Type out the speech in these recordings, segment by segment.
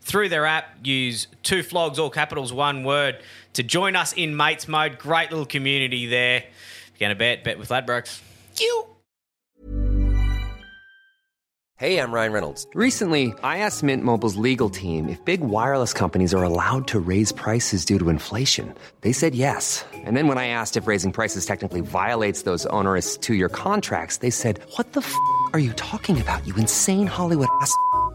through their app. Use two flogs, all capitals, one word, to join us in Mates Mode. Great little community there. If you're going to bet, bet with Ladbrokes. You. Hey, I'm Ryan Reynolds. Recently, I asked Mint Mobile's legal team if big wireless companies are allowed to raise prices due to inflation. They said yes. And then when I asked if raising prices technically violates those onerous two year contracts, they said, What the f are you talking about, you insane Hollywood ass? f-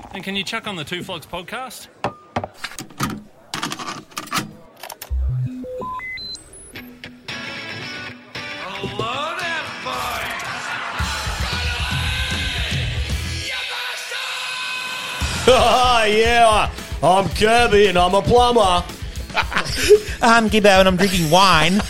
And can you chuck on the Two Flogs podcast? Hello there, boys! Oh, yeah, I'm Kirby and I'm a plumber. I'm Gibbo and I'm drinking wine.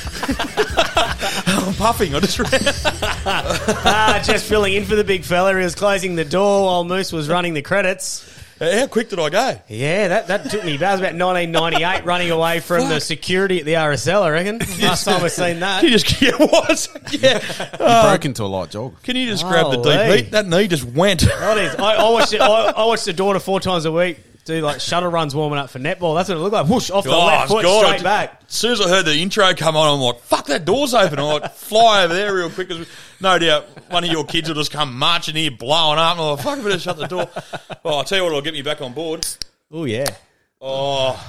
I'm puffing. I just ah, just filling in for the big fella. He was closing the door while Moose was running the credits. How quick did I go? Yeah, that, that took me. That was about 1998, running away from the security at the RSL, I reckon. Last time I've seen that. You just yeah, what? Yeah, Uh, broke into a light jog. Can you just grab the deep knee? That knee just went. That is. I, I watched it. I, I watched the daughter four times a week. Do like shuttle runs warming up for netball. That's what it looked like. Whoosh off the Oh, left foot, God. straight back. As soon as I heard the intro come on, I'm like, "Fuck, that door's open!" I like fly over there real quick. 'cause No doubt one of your kids will just come marching here, blowing up. And I'm like, "Fuck, I better shut the door." Well, I'll tell you what, it'll get me back on board. Oh yeah. Oh,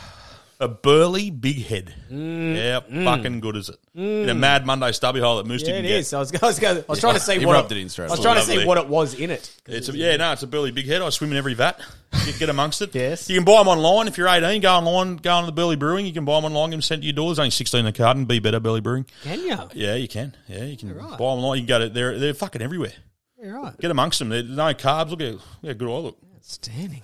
a burly big head. Mm. yeah, fucking good is it? In a mad Monday stubby hole that Moose Yeah, didn't it get. is. I was, I was, going, I was trying to see He what rubbed it in straight I was away. trying to see Lovely. what it was in it. It's a, yeah, no, it's a burly big head. I swim in every vat. You get amongst it. yes, you can buy them online if you're 18. Go online, go on to the Burley Brewing. You can buy them online. Get them sent to your door. There's only 16 in the carton. Be better, Burley Brewing. Can you? Yeah, you can. Yeah, you can buy 'em buy them online. You can go to they're they're fucking everywhere. You're right. Get amongst them. There's no carbs. Look at look how good I look. Outstanding.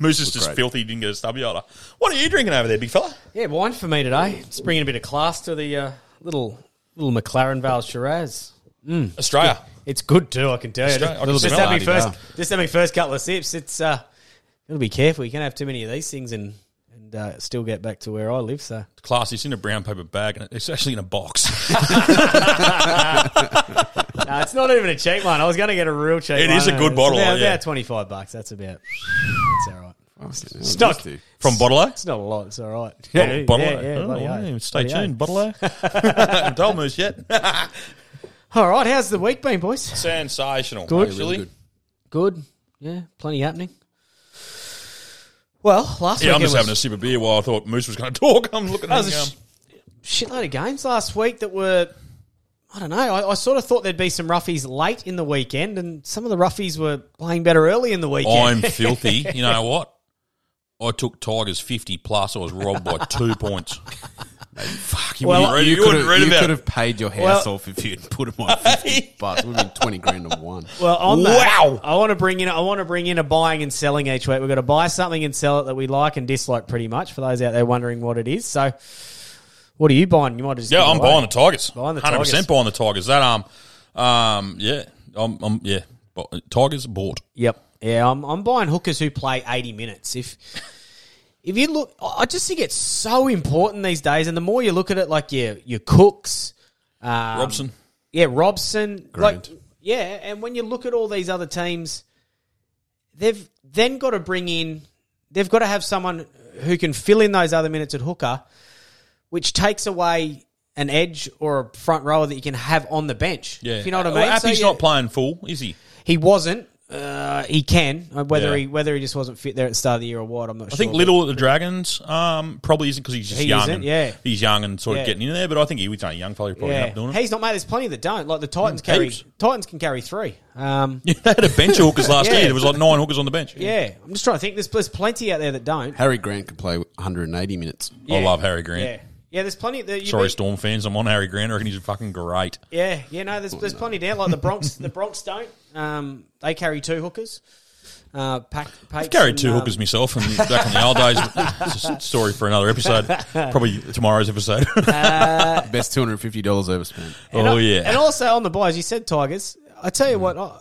Moose is just filthy. He didn't get a stubby holder. What are you drinking over there, big fella? Yeah, wine for me today. Just bringing a bit of class to the uh, little little McLaren Vale Shiraz. Australia. It's good too, I can tell you. Straight- I can just smell had me it. first, just had me first couple of sips. It's uh, gotta be careful. You can have too many of these things and and uh, still get back to where I live. So Classy. It's in a brown paper bag and it's actually in a box. no, it's not even a cheap one. I was gonna get a real cheap. It one. is a good It's bottle, About, yeah. about twenty five bucks. That's about. It's all right. Stock. It's From Bottle not a lot. It's all right. Bottle yeah, Oh, yeah, bloody oath. Stay Bloody oath. tuned, Bottle Haven't told Moose yet. All right. How's the week been, boys? Sensational. Good. actually. Good. Yeah, plenty happening. Well, last Yeah, week I'm it just was- having a sip of beer while I thought Moose was going to talk. I'm looking That at was a him. sh- shitload of games last week that were. I don't know. I, I sort of thought there'd be some roughies late in the weekend, and some of the roughies were playing better early in the I'm weekend. filthy. You know what? I took Tigers 50 plus. I was robbed by two points. Fuck, you Well, wouldn't read, you you wouldn't could've- read you about could've it. paid your house house Well- off if you'd put him on 50 bucks. It would have been 20 grand to one. Well, on that, I want to bring in. I want to bring in a buying and selling each week. We've got to buy something and sell it that we like and dislike, pretty much. For those out there wondering what it is, so what are you buying? You might just yeah, give it I'm away. buying the Tigers. Buying the 100% Tigers. buying the Tigers. That um, um, yeah, I'm, I'm yeah, Bu- Tigers bought. Yep. Yeah, I'm, I'm buying hookers who play 80 minutes. If if you look, I I just think it's so important these days. And the more you look at it, like your your cooks, um, Robson. yeah, Robson, Grant. like yeah. And when you look at all these other teams, they've then got to bring in, they've got to have someone who can fill in those other minutes at hooker, which takes away an edge or a front rower that you can have on the bench. Yeah, if you know what I Uh, mean. well, So Appy's you- not playing full, is he? he wasn't. Uh, he can Uh, whether Yeah. he whether he just wasn't fit there at the start of the year or what. I'm not I sure. think Little at the Dragons um, probably isn't because he's just He young. isn't, and yeah. he's young and sort Yeah. of getting in there. But I think he was a young fella who probably ended up doing yeah. it. Hmm. he's not made. There's plenty that don't. Like the Titans carry heaps. Titans can carry three. Um, yeah, they had a bench of hookers last Yeah. year. There was like nine hookers on the bench. yeah, I'm just trying to think. There's, there's plenty out there that don't. Harry Grant could play 180 minutes. I love Harry Grant. Yeah, yeah. There's plenty. That you Sorry, mean- Storm fans. I'm on Harry Grant. I reckon he's fucking great. Yeah, yeah. No, there's Oh, there's plenty down. Like the Bronx, the Bronx don't. Um, they carry two hookers. Uh, pack, I've carried two um, hookers myself, and back in the old days, it's a story for another episode. Probably tomorrow's episode. Um, Best $250 ever spent. oh yeah, And also on the buys, you said Tigers. I tell you what, I,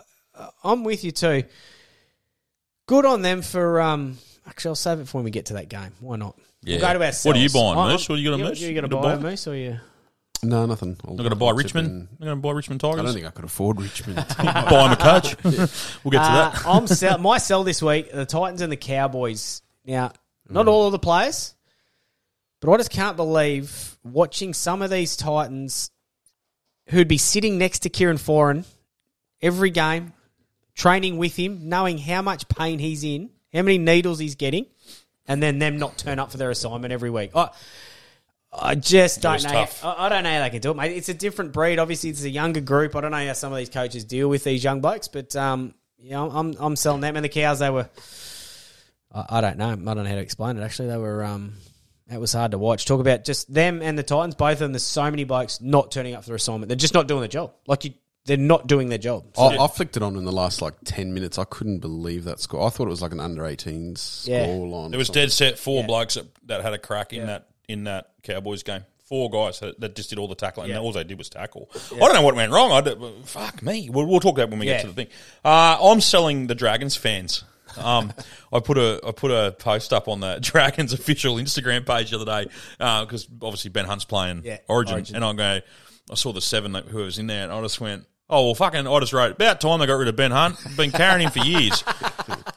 I'm with you too. Good on them for. Um, actually, I'll save it for when we get to that game. Why not? Yeah. We'll go to What are ourselves. you buying, I'm- Moose? What are you gonna yeah, miss? You going to buy You gonna a buy? moose or you? No, nothing. I'm Not going to buy Richmond. I'm going to buy Richmond Tigers. I don't think I could afford Richmond. buy him a coach. we'll get to Uh, that. I'm sell, my sell this week: the Titans and the Cowboys. Now, not all of the players, but I just can't believe watching some of these Titans who'd be sitting next to Kieran Foran every game, training with him, knowing how much pain he's in, how many needles he's getting, and then them not turn up for their assignment every week. I, I just don't was know. tough. I, I don't know how they can do it, mate. It's a different breed. Obviously, it's a younger group. I don't know how some of these coaches deal with these young blokes, but um, you know, I'm I'm selling them and the cows. They were. I, I don't know. I don't know how to explain it. Actually, they were. Um, that was hard to watch. Talk about just them and the Titans. Both of them. There's so many blokes not turning up for their assignment. They're just not doing their job. Like you, they're not doing their job. I, I flicked it on in the last like 10 minutes. I couldn't believe that score. I thought it was like an under 18s Yeah. score line. There was dead set four blokes that, that had a crack in that in that Cowboys game. Four guys that, that just did all the tackling. And all they did was tackle. I don't know what went wrong. I d- fuck me. We'll, we'll talk about it when we Yeah. get to the thing. Uh, I'm selling the Dragons fans. Um, I put a I put a post up on the Dragons official Instagram page the other day because obviously Ben Hunt's playing Yeah, Origin, Origin. and I go, I saw the seven that who was in there, and I just went, oh well, fucking, I just wrote about time they got rid of Ben Hunt. Been carrying him for years.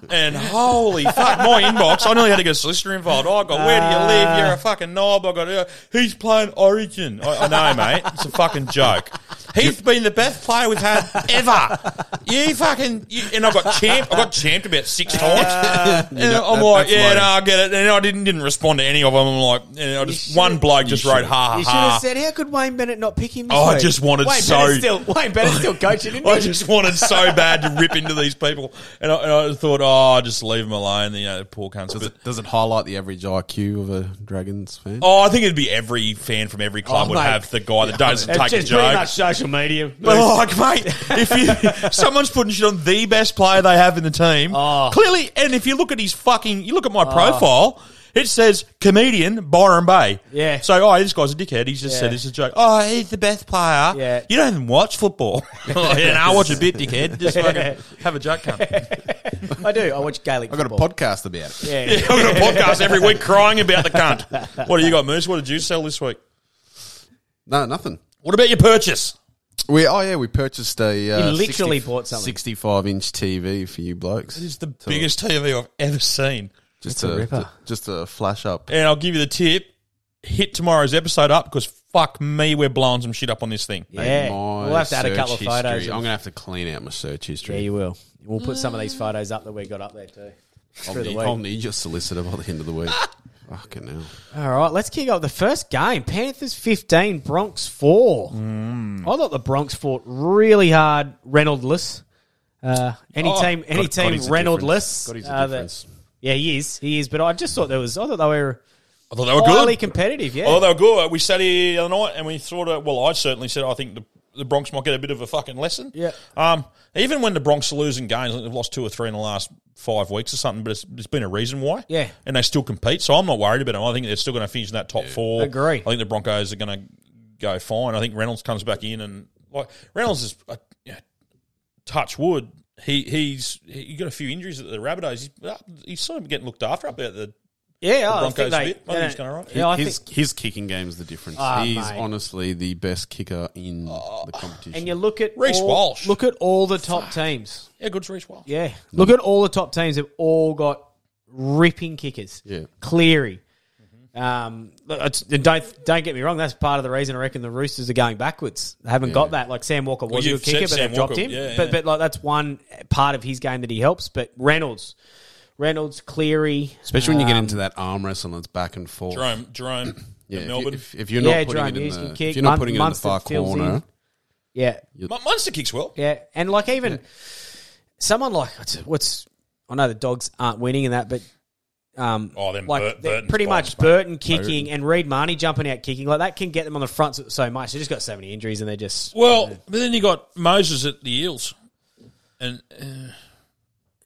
And holy fuck, my inbox! I nearly had to get a solicitor involved. Oh god, where do you live? You're a fucking knob. I got uh, he's playing Origin. I, I know, mate. It's a fucking joke. He's been the best player we've had ever. You fucking you, and I got champed. I got champed about six times. and that- I'm that- like, that's yeah, low. no, I get it. And I didn't didn't respond to any of them. I'm like, and I just one bloke just wrote ha ha You should have ha. said, "How could Wayne Bennett not pick him?" This Oh, I week?" just wanted Wayne so- Bennett's still Wayne Bennett's still coaching. Isn't he? I just wanted so bad to rip into these people, and I, and I thought, oh, just leave them alone. You know, poor cunts. Does But- it, does it highlight the average IQ of a Dragons fan? Oh, I think it'd be every fan from every club Oh, would mate. have the guy that doesn't It's take a just pretty joke. much social media. But like, mate, if you someone's putting shit on the best player they have in the team, Oh. clearly, and if you look at his fucking, you look at my profile. It says comedian Byron Bay. Yeah. So, oh, this guy's a dickhead. He's just said Yeah. it's a joke. Oh, he's the best player. Yeah. You don't even watch football. oh, yeah, no, I watch a bit, dickhead. Just fucking have a joke, cunt. I do. I watch Gaelic. I got a football. podcast about it. Yeah. I've got a podcast every week crying about the cunt. What do you got, Moose? What did you sell this week? No, nothing. What about your purchase? We oh yeah, we purchased a uh, You literally bought something. sixty-five inch TV for you blokes. It's the biggest TV I've ever seen. just a to, ripper. just a flash up. And I'll give you the tip: hit tomorrow's episode up because fuck me, we're blowing some shit up on this thing. Yeah. My We'll have to add a search couple of history. photos. I'm gonna have to clean out my search Yeah, history. you will. We'll put some of these photos up that we got up there too. I'll, through the need, week. I'll need your solicitor by the end of the week. Fucking hell. All right, let's kick off the first game. Panthers 15, Bronx 4. Mm. I thought the Bronx fought really hard, Reynoldsless. Uh, any Oh, team, any God- God, team he's a Reynoldsless. difference. God, he's a uh, that- difference. yeah, he is. He is. But I just thought there was. I thought they were. I thought they were Highly Oh, good. Oh, competitive, yeah. I thought they were good. We sat here the other night and we thought, uh, well, I certainly said I think the, the Bronx might get a bit of a fucking lesson. Yeah. Um, even when the Bronx are losing games, like they've lost two or three in the last five weeks or something, but it's, it's been a reason why. Yeah. And they still compete, so I'm not worried about them. I think they're still going to finish in that top four. Agree. I think the Broncos are going to go fine. I think Reynolds comes back in and like Reynolds is uh, yeah, touch wood. He he's he got a few injuries at the Rabbitohs. He's, uh, he's sort of getting looked after up there. At the Yeah, the I Broncos think they- a bit. I think he's they- going all right. Yeah, I his, think- his kicking game is the difference. Ah, He's mate. Oh, honestly the best kicker in the competition. And you look at Reece all, Walsh. Look at all the top teams. Yeah, good's Reece Walsh. Yeah. Look at all the top teams have all got ripping kickers. Yeah. Cleary. Um, look, it's- and don't don't get me wrong. That's part of the reason I reckon the Roosters are going backwards. They haven't got that. Like Sam Walker was Well, a you've good kicker, said but Sam they've dropped Walker, him. yeah, but yeah. but like that's one part of his game that he helps. But Reynolds, Reynolds, Cleary, Especially when you get um, into that arm wrestling that's back and forth. Jerome Jerome Yeah, at if, Melbourne. You, if, if you're not Yeah, putting Jerome it in Hughes the, can if kick. you're not Mun- putting it in the Munster far fills in. corner, yeah, Mon- Munster kicks well. Yeah, and like even someone like what's, what's I know the dogs aren't winning in that, but um, Oh, them like Burt- they're Burton's pretty bombs, much Burton mate. kicking and Reed Marnie jumping out kicking like that can get them on the front so- so much. They just got so many injuries and they're just Well, but then you got Moses at the Eels, and uh,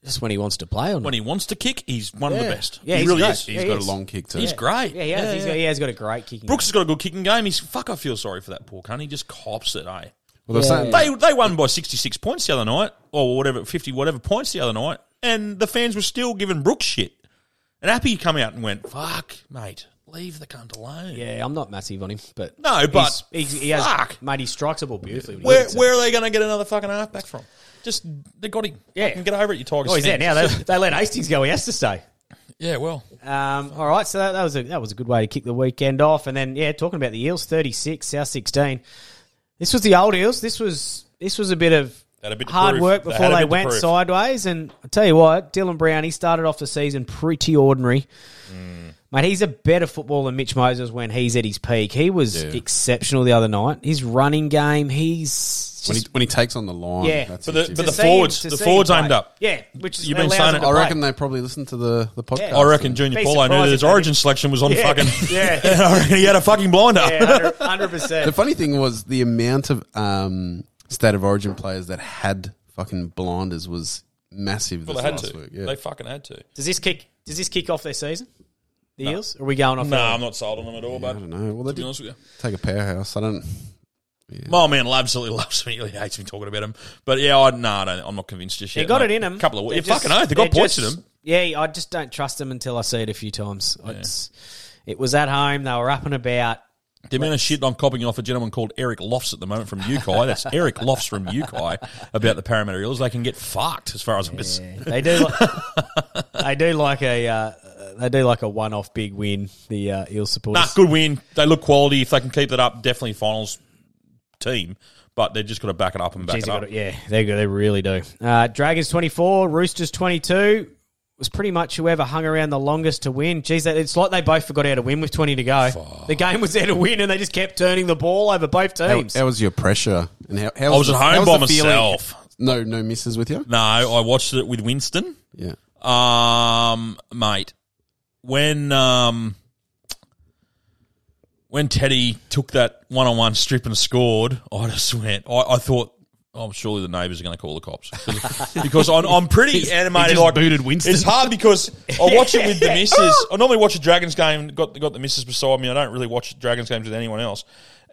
just when he wants to play on when he wants to kick, he's one of Yeah. the best. Yeah, he he's really great. is. Yeah, he got a is. long kick too. He's great. Yeah, he has. he's got, he has got a great kicking. Brooks has got a good kicking game. He's fuck. I feel sorry for that poor cunt. He just cops it, eh? Well, they're saying- they they won by sixty six points the other night, or whatever fifty whatever points the other night, and the fans were still giving Brooks shit. And Appy come out and went, "Fuck, mate, leave the cunt alone." Yeah, I'm not massive on him, but No, but he's, he's, he has fuck. mate, he strikes the ball beautifully. when he Where hits it. where are they going to get another fucking halfback from? Just they got him. Yeah, get over it, you Tigers. Oh, he's there fans. now. They, they let Hastings go yesterday. yeah, well, Um, all right, so that, that was a that was a good way to kick the weekend off, and then yeah, talking about the Eels, thirty six, South sixteen. This was the old Eels. This was this was a bit of Had a bit to hard prove. work They before had a they, bit to went prove. sideways. And I tell you what, Dylan Brown, he started off the season pretty ordinary. Mm. Mate, he's a better footballer than Mitch Moses when he's at his peak. He was exceptional the other night. His running game, he's when, he, just- when he takes on the line, Yeah. that's But the- his difference. to but the see him- forwards- to the see him forwards play. aimed up. Yeah, which is, You've been allows saying him it. to I play. reckon they probably listened to the, the podcast. I reckon and- Junior Be Paulo knew that surprised his if they origin didn't. selection was on Yeah. fucking. Yeah. and I reckon he had a fucking blinder. Yeah, hundred percent. The funny thing was the amount of um, state of origin players that had fucking blinders was massive Well, this they had last to. week. Yeah. They fucking had to. Does this kick? Does this kick off their season? The Eels? Or are we going off? No, I'm not sold on them at all, I bud. don't know. Well, they To be did honest with you. take a powerhouse. I don't. My man absolutely loves me. He hates me talking about him. But yeah, I, no, I don't, I'm not convinced just They yet. got mate. it in them. A couple of weeks. fucking oath. They got points in them. Yeah, I just don't trust them until I see it a few times. It's, it was at home. They were up and about. The amount of shit I'm copying off a gentleman called Eric Lofts at the moment from Uki. That's Eric Lofts from Uki about the Parramatta Eels. They can get fucked as far as I'm concerned. They do. Li- they do like a. Uh, they do like a one-off big win. The uh, Eels Nah, supporters. good win. They look quality. If they can keep that up, definitely finals team. But they've just got to back it up and back Jeez, it they up. got it. Yeah, they go. They really do. Uh, Dragons twenty-four, Roosters twenty-two. Was pretty much whoever hung around the longest to win. Jeez, they- it's like they both forgot how to win with twenty to go. The game was there to win, and they just kept turning the ball over both How, teams. how was your pressure? And how, how I was at how home by the feeling? myself. No, no misses with you. No, I watched it with Winston. Yeah. Um, mate, when um, when Teddy took that one on one strip and scored, I just went. I, I thought. Oh, surely the neighbours are going to call the cops because I'm, I'm pretty animated. just like booted Winston. It's hard because I watch it with the missus. I normally watch a Dragons game. Got got the missus beside me. I don't really watch Dragons games with anyone else.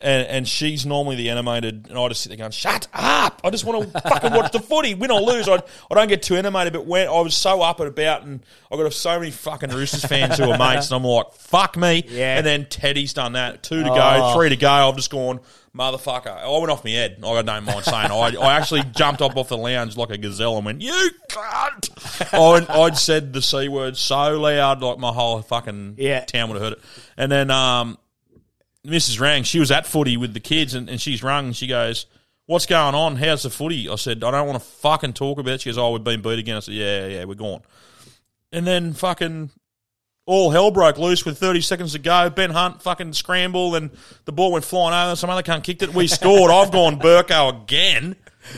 And, and she's normally the animated, and I just sit there going, "Shut up! I just want to fucking watch the footy, win or lose. I, I don't get too animated." But when I was so up and about, and I got so many fucking Roosters fans who are mates, and I'm like, "Fuck me!" Yeah. And then Teddy's done that. Two to Oh. go, three to go. I've just gone, motherfucker. I went off my head. I don't mind saying. I, I actually jumped up off the lounge like a gazelle and went, you cunt. I went, I'd said the C word so loud, like my whole fucking Yeah. town would have heard it. And then um, Mrs. Rang, she was at footy with the kids and, and she's rung and she goes, What's going on? How's the footy? I said, I don't want to fucking talk about it. She goes, Oh, we've been beat again. I said, Yeah, yeah, we're gone. And then fucking all hell broke loose with 30 seconds to go. Ben Hunt fucking scramble and the ball went flying over. Some other cunt kicked it. We scored. I've gone Burko again.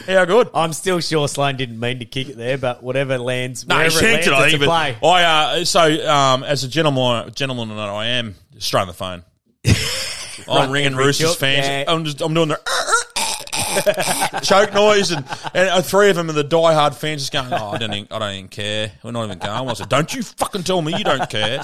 How good? I'm still sure Sloan didn't mean to kick it there, but whatever lands, No, he wherever it lands, shanked it. I it's a think. play. But I uh, so um, as a gentleman, gentleman that I am, straight on the phone. Right, I'm ringing every Roosters job, fans. yeah. I'm just I'm doing the choke noise, and, and uh, three of them are the diehard fans just going, "Oh, I don't, even, I don't even care. We're not even going." I said, "Don't you fucking tell me you don't care."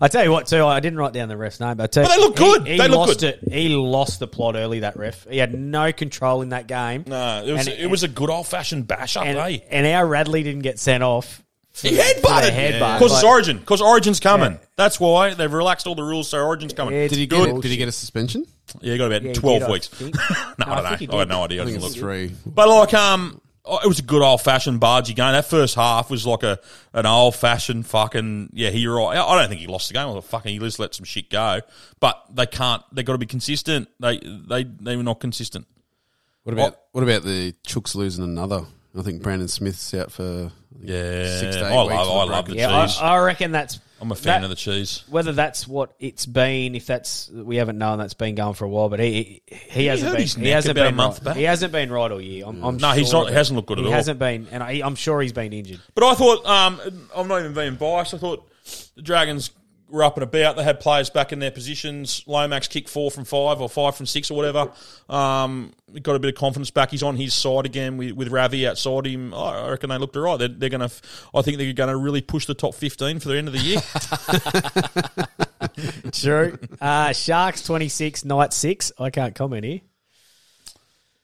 I tell you what, too, I didn't write down the ref's name, but, I tell But they look you- good. He, he They look lost good. it. He lost the plot early. That ref, he had no control in that game. No, Uh, It was, it was a good old fashioned bash up, and, eh? and our Radley didn't get sent off. for- He for the headbutted. headbutt. Because it's Like, Origin. Because Origin's coming. That's why they've relaxed all the rules. So Origin's coming. Did he get? Did he get a suspension? Yeah, he got about Yeah, he twelve did, I weeks. no, think. No, I I think he don't know. I did. had no idea. I think it was look. three. But like, um, oh, it was a good old fashioned bargy game. That first half was like a an old fashioned fucking yeah. He right. I don't think he lost the game. Well, fucking, he just let some shit go. But they can't. They got to be consistent. They they they were not consistent. What about what about the Chooks losing another? I think Brandon Smith's out for Yeah, six to eight I love- weeks with I a love the broken- Yeah, I- cheese. I reckon that's. I'm a fan that- of the cheese. Whether that's what it's been, if that's we haven't known that's been going for a while, but he he, he hasn't hurt been his he neck hasn't about a been month right. back. he hasn't been right all year. I'm, I'm No, he's sure not- of he hasn't looked good at he all. hasn't been, and I, I'm sure he's been injured. But I thought um, I'm not even being biased. I thought the Dragons were up and about. They had players back in their positions. Lomax kicked four from five or five from six or whatever. Um, he got a bit of confidence back. He's on his side again with, with Ravi outside him. I I reckon they looked all right. They're, they're going to. I think they're going to really push the top 15 for the end of the year. True. Uh, Sharks 26, Knight 6. I can't comment here.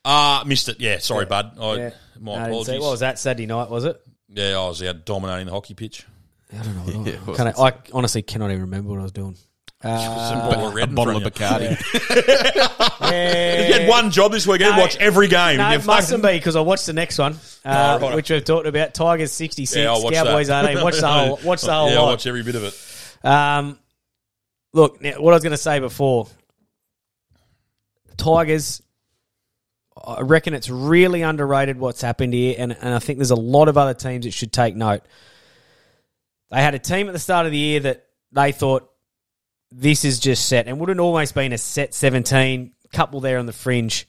Ah, missed it. Yeah, sorry, bud. I, Yeah. My I didn't apologies. see it. What was that Saturday night, was it? Yeah, I was out dominating the hockey pitch. I don't know. Yeah, it was. Can I, I honestly cannot even remember what I was doing. was a Uh, bottle of red in front of you. Yeah. Yeah. If you had one job this weekend, watch every game. No, You it mustn't be because I watched the next one, uh, Oh, right. which we've talked about. Tigers 66, Yeah, I'll watch that. Cowboys 18. Watch the whole, watch the whole Yeah, lot. I'll watch every bit of it. Um, look, now, what I was going to say before Tigers, I reckon it's really underrated what's happened here, and, and I think there's a lot of other teams that should take note. They had a team at the start of the year that they thought this is just set, and would have almost been a set 17, couple there on the fringe.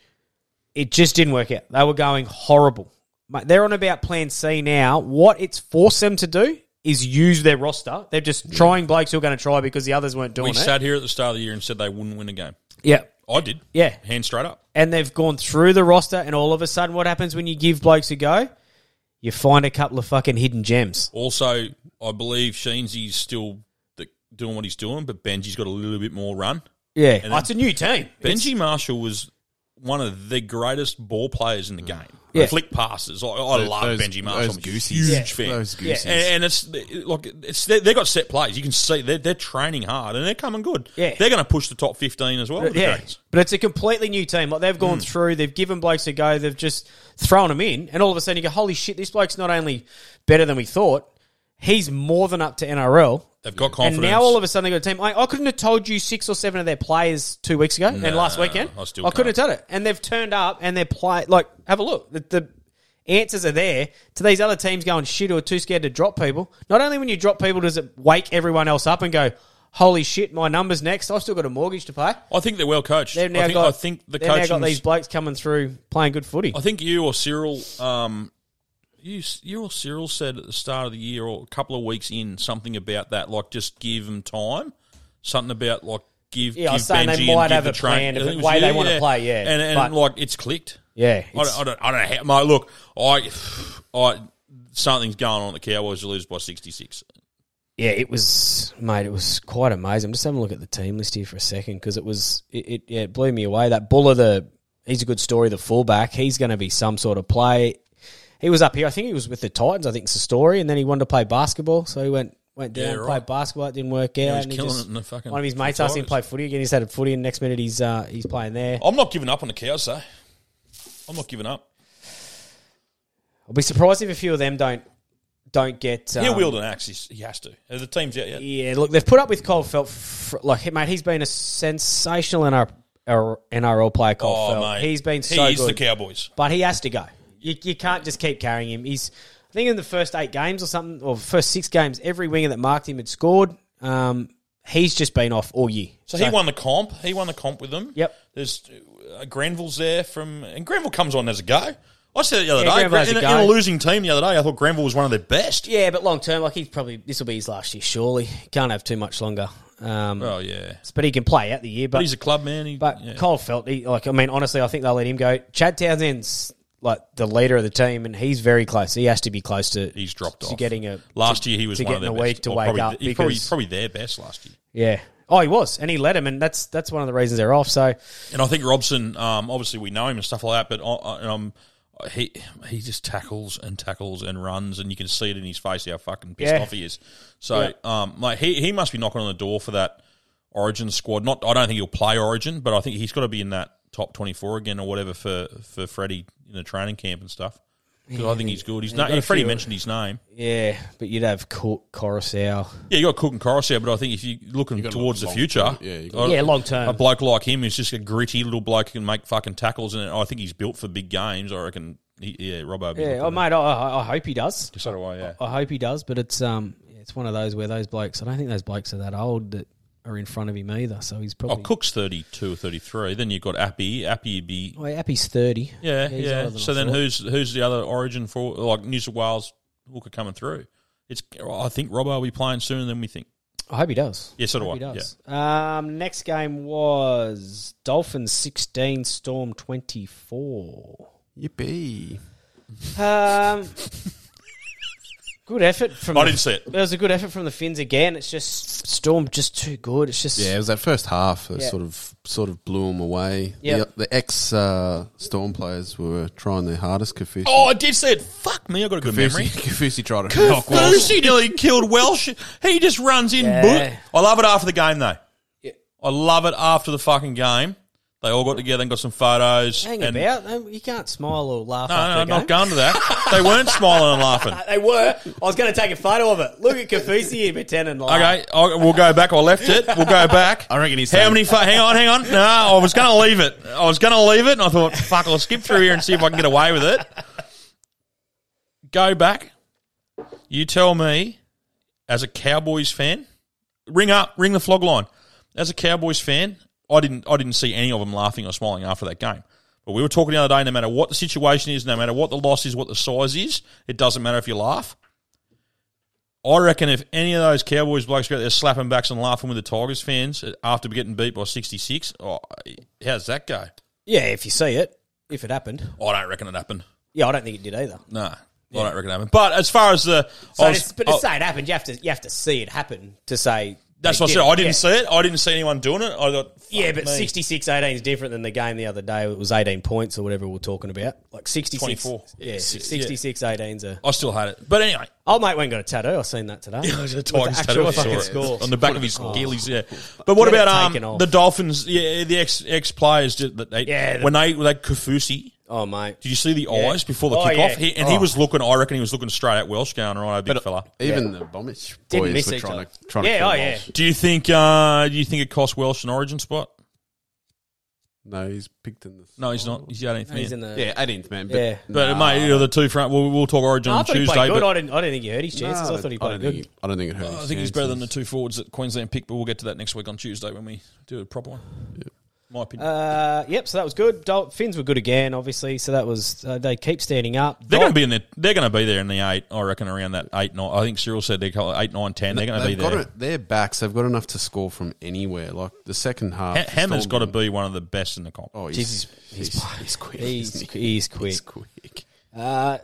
It just didn't work out. They were going horrible. Mate, They're on about plan C now. What it's forced them to do is use their roster. They're just trying blokes who are going to try because the others weren't doing We it. sat here at the start of the year and said they wouldn't win a game. Yeah. I did. Yeah. Hand straight up. and they've gone through the roster, and all of a sudden, what happens when you give blokes a go? You find a couple of fucking hidden gems. Also, I believe Sheensy's still th- doing what he's doing, but Benji's got a little bit more run. Yeah. And Oh, it's a new team. Benji Marshall was one of the greatest ball players in the game. Mm. Yeah. Flick passes. I, I Those- love those- Benji Marshall. those I'm a goosies. huge Yeah. fan. Those Yeah. goosies. And, and it's look, it's they, they've got set plays. You can see they're, they're training hard and they're coming good. Yeah. They're going to push the top 15 as well. the Hmm. yeah, Dragons. but it's a completely new team. Like they've gone through, they've given blokes a go, they've just thrown them in, and all of a sudden you go, "Holy shit! This bloke's not only better than we thought, he's more than up to NRL." They've got And confidence. now all of a sudden they've got a team. I, I couldn't have told you six or seven of their players two weeks ago and last Nah, weekend. I still couldn't can't. have done it. And they've turned up and they're play like have a look. The, the answers are there to these other teams going shit or too scared to drop people. Not only when you drop people does it wake everyone else up and go, Holy shit, my number's next. I've still got a mortgage to pay. I think they're well coached. They've now I think, got I think the they've now got coaching's- these blokes coming through playing good footy. I think you or Cyril, um, you you or Cyril said at the start of the year or a couple of weeks in something about that, like just give them time, something about like give. Yeah, I give was saying they Benji and might give have the a train- plan, I a think it was- way they wanna play, yeah, and, and but- like it's clicked. Yeah, I don't, I don't, I don't have my look. I, I something's going on. at The Cowboys to lose by sixty six. Yeah, it was, mate. It was quite amazing. I'm just having a look at the team list here for a second because it was, it, it, yeah, it blew me away. That Buller, the he's a good story. The fullback, he's going to be some sort of play. He was up here. I think he was with the Titans. I think it's a story, and then he wanted to play basketball, so he went went down, Yeah, and right. played basketball. It didn't work out. Yeah, he was and killing just- it in the fucking one of his mates asked him to Titans. play footy again. He's had a footy, and next minute he's uh, he's playing there. I'm not giving up on the cows though. I'm not giving up. I'll be surprised if a few of them don't don't get. He'll um, wield an axe. He's, he has to. The team's out yet. Yeah, look, they've put up with Cole Felt. For, like, mate, he's been a sensational NRL, NRL player, Cole Oh, Felt. mate. He's been He so is good. the Cowboys. But he has to go. You, you can't just keep carrying him. He's, I think, in the first eight games or something, or first six games, every winger that marked him had scored. Um, he's just been off all year. So, he won the comp. He won the comp with them. Yep. There's uh, Grenville's there from, and Grenville comes on as a go. I said it the other Yeah, day. Grenville has in, a a, in a go. losing team the other day, I thought Grenville was one of their best. Yeah, but long term, like he's probably this will be his last year. Surely can't have too much longer. Um, Oh, yeah. but he can play out the year. But, But, he's a club man. He, but yeah. Cole felt he, like I mean, honestly, I think they'll let him go. Chad Townsend's like the leader of the team, and he's very close. He has to be close to. He's dropped to off. getting a last to- year he was to one getting of a their week best. to Or wake probably, up He's because probably, probably their best last year. yeah. Oh, he was, and he let him, and that's that's one of the reasons they're off. So And I think Robson, um, obviously we know him and stuff like that, but I- I- um, he he just tackles and tackles and runs, and you can see it in his face how fucking pissed Yeah. off he is. So Yeah. um, like he he must be knocking on the door for that Origin squad. Not I don't think he'll play Origin, but I think he's got to be in that top twenty four again or whatever for for Freddie in the training camp and stuff. 'Cause I think he's good. He's Yeah, not. got a Freddie few- mentioned his name. yeah, but you'd have Cook, Coruscant. Yeah, you got Cook and Coruscant, but I think if you're looking towards long the future, term. Yeah, you a- gotta- Yeah, long term. a bloke like him is just a gritty little bloke who can make fucking tackles, and I think he's built for big games. I reckon, he, yeah, Robbo. would be Yeah, looking oh, at mate, I, I I hope he does. So do I. Yeah, I hope he does. But it's um, it's one of those where those blokes. I don't think those blokes are that old that are in front of him either. So he's it. Oh, probably. Cook's thirty-two or thirty-three. Then you've got Appy. Appy would be Well, Appy's thirty. yeah, he's yeah. older than So I then thought. who's who's the other Origin for like New South Wales hooker coming through? It's I think Robbo will be playing sooner than we think. I hope he does. Yeah, so do Hope I. he does. Um, next game was Dolphins sixteen, Storm twenty four. Yippee. Um, good effort from. I the- didn't see it. It was a good effort from the Finns again. It's just Storm just too good. It's just Yeah, it was that first half that Yeah. sort of sort of blew them away. Yeah. The, the ex uh, Storm players were trying their hardest. Kafusi, Oh, I did see it. Fuck me, I got a good memory. Kafusi tried to knock Walsh. Kafusi nearly killed Welsh. He just runs in. Yeah. boot. I love it after the game though. Yeah. I love it after the fucking game. They all got together and got some photos. hang and about. No, You can't smile or laugh. No, no, after I'm a not game. going to that. They weren't smiling and laughing. They were. I was going to take a photo of it. Look at Kafusi here pretending like. Okay, i we'll go back. I left it. We'll go back. I reckon he's How saying- many? Fa- hang on, hang on. No, I was going to leave it. I was going to leave it, and I thought, fuck, I'll skip through here and see if I can get away with it. Go back. You tell me, as a Cowboys fan, ring up, ring the flog line. As a Cowboys fan, I didn't, I didn't see any of them laughing or smiling after that game. But we were talking the other day. No matter what the situation is, no matter what the loss is, what the size is, it doesn't matter if you laugh. I reckon if any of those Cowboys blokes go out there slapping backs and laughing with the Tigers fans after getting beat by 66, oh, how's that go? Yeah, if you see it, if it happened. I don't reckon it happened. Yeah, I don't think it did either. No, I don't reckon it happened. But as far as the. So I it's, but to I- say it happened, you have to you have to see it happen to say. that's they what I did said. it. I didn't Yeah. see it. I didn't see anyone doing it. I got. Yeah, but me. 66 18 is different than the game the other day. It was 18 points or whatever we are talking about. Like 66. 24. Yeah, Yeah, six- yeah. 66 18's a. I still had it. But anyway. Old mate went and got a tattoo. I've seen that today. Yeah, it was a With Tigers the actual tattoo. I saw fucking it. score. on the back of his Oh. Achilles. Yeah, but what Get it about taken um, off. the Dolphins? Yeah, the ex ex players did that. They, Yeah, the- when they were that Kafusi. Oh mate, did you see the Yeah. eyes before the Oh, kickoff? yeah. He, and he Oh. uh, was looking. I reckon he was looking straight at Welsh, going right, big fella. Even the Bombich Didn't boys miss were each trying other. to trying Yeah, to kill oh, yeah. Walsh. Do you think? Uh, do you think it cost Welsh an Origin spot? No, he's picked in the. No, he's not. He's the 18th No, he's man. in the- Yeah, 18th man. But, Yeah. But mate, you know, the two front. We'll, we'll talk Origin No, I on thought he Tuesday. played good. but I didn't. I didn't think he hurt his chances. No, I thought I he played don't think good. he- I don't think it hurt. I his think he's better than the chances. two forwards that Queensland picked. But we'll get to that next week on Tuesday when we do a proper one. My opinion. Uh, yep. So that was good. Dol- Finns were good again, obviously. So that was uh, they keep standing up. Dol- They're going to be in there. They're going to be there in the eight. I reckon around that eight nine. I think Cyril said they're colour- eight nine ten. They're going to be They've got there. it. Their backs. They've got enough to score from anywhere. Like the second half. Ha- the Hammer's Storm got to didn't- be one of the best in the comp. Oh, Jeez, he's he's, he's, quick. He's- isn't he? he's quick. He's quick. Uh,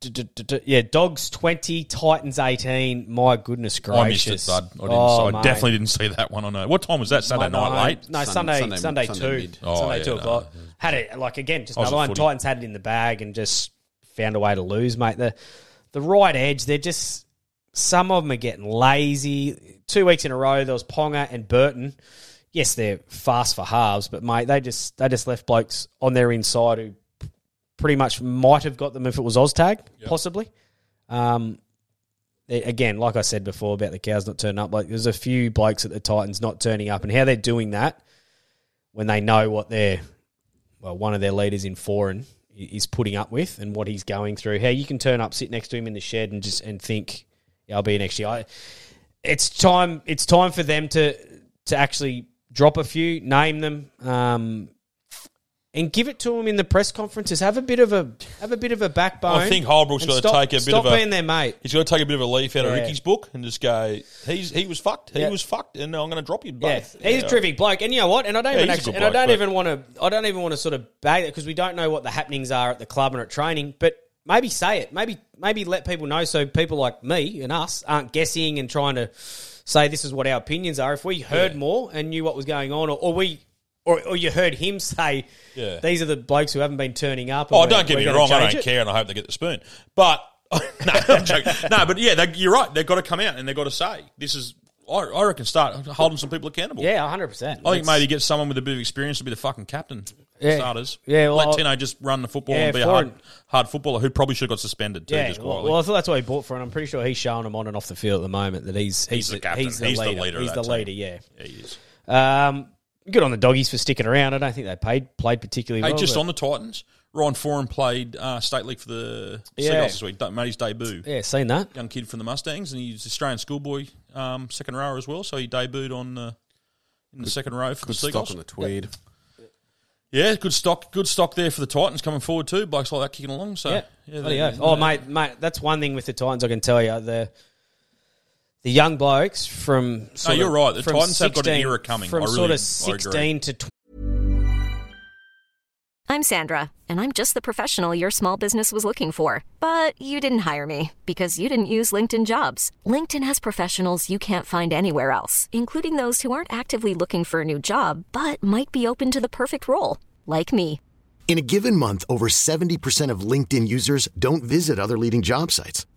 d- d- d- d- yeah, dogs twenty, Titans eighteen. My goodness I missed gracious! it, bud. I, didn't, Oh, I mate. definitely didn't see that one. I know. What time was that? Saturday no, night late. No, Sun- Sunday, Sunday, Sunday- two, Sunday mid. Oh, Sunday yeah, two no. o'clock. Had it like again, just I was another one. at footy. Titans had it in the bag and just found a way to lose, mate. The the right edge, they're just some of them are getting lazy. Two weeks in a row, there was Ponga and Burton. Yes, they're fast for halves, but mate, they just they just left blokes on their inside who pretty much might have got them if it was Oztag, possibly. Um, a- again, like I said before about the cows not turning up, like there's a few blokes at the Titans not turning up, and how they're doing that when they know what their well one of their leaders in foreign i- is putting up with and what he's going through. How you can turn up, sit next to him in the shed, and just and think, yeah, I'll be here next year. I, it's time. It's time for them to to actually drop a few, name them, um, and give it to them in the press conferences. Have a bit of a have a bit of a backbone. I think Holbrook's and got to stop- take a bit stop of a being their mate. He's got to take a bit of a leaf out of Yeah. Ricky's book and just go. He's he was fucked. He Yeah. was fucked, and I'm going to drop you Yeah, both. he's a terrific bloke, and you know what? And I don't Yeah, even he's a actually, good and I bloke, don't but- even want to. I don't even want to sort of bag it because we don't know what the happenings are at the club and at training. But maybe say it. Maybe maybe let people know so people like me and us aren't guessing and trying to say this is what our opinions are. If we heard more and knew what was going on, or, or we. Or, or you heard him say, Yeah. "These are the blokes who haven't been turning up." and Oh, we're- don't get we're me gonna wrong. I change don't it." care, and I hope they get the spoon. But no, I'm joking. no, but yeah, they, you're right. They've got to come out and they've got to say this is. I, I reckon start holding some people accountable. Yeah, hundred percent. I think maybe get someone with a bit of experience to be the fucking captain. for Yeah. Starters. Yeah, well, Let Tino just run the football Yeah, and be a foreign- hard, hard footballer who probably should have got suspended too. Yeah, just well, quietly. well, I thought that's what he bought for, and I'm pretty sure he's showing him on and off the field at the moment that he's he's, He's the captain. He's the He's the leader. leader of He's that the team. leader. Yeah, yeah, he is. Um, good on the doggies for sticking around. I don't think they paid played particularly Hey, well. just but- on the Titans, Ryan Foran played uh, state league for the Yeah. Seagulls this week. Done- Made his debut. Yeah, seen that. Young kid from the Mustangs, and he's Australian schoolboy um, second rower as well. So he debuted on uh, in the second row for Good the stock Seagulls. on the Tweed. Yeah, good stock. Good stock there for the Titans coming forward too. Blokes like that kicking along. So yeah, Bloody they- oath. oh mate, mate, that's one thing with the Titans I can tell you the the young blokes from sort of- you're right. The from Titans have got an era coming. from I really- sort I of agree. sixteen to twenty. I'm Sandra, and I'm just the professional your small business was looking for. But you didn't hire me because you didn't use LinkedIn jobs. LinkedIn has professionals you can't find anywhere else, including those who aren't actively looking for a new job but might be open to the perfect role, like me. In a given month, over 70% of LinkedIn users don't visit other leading job sites.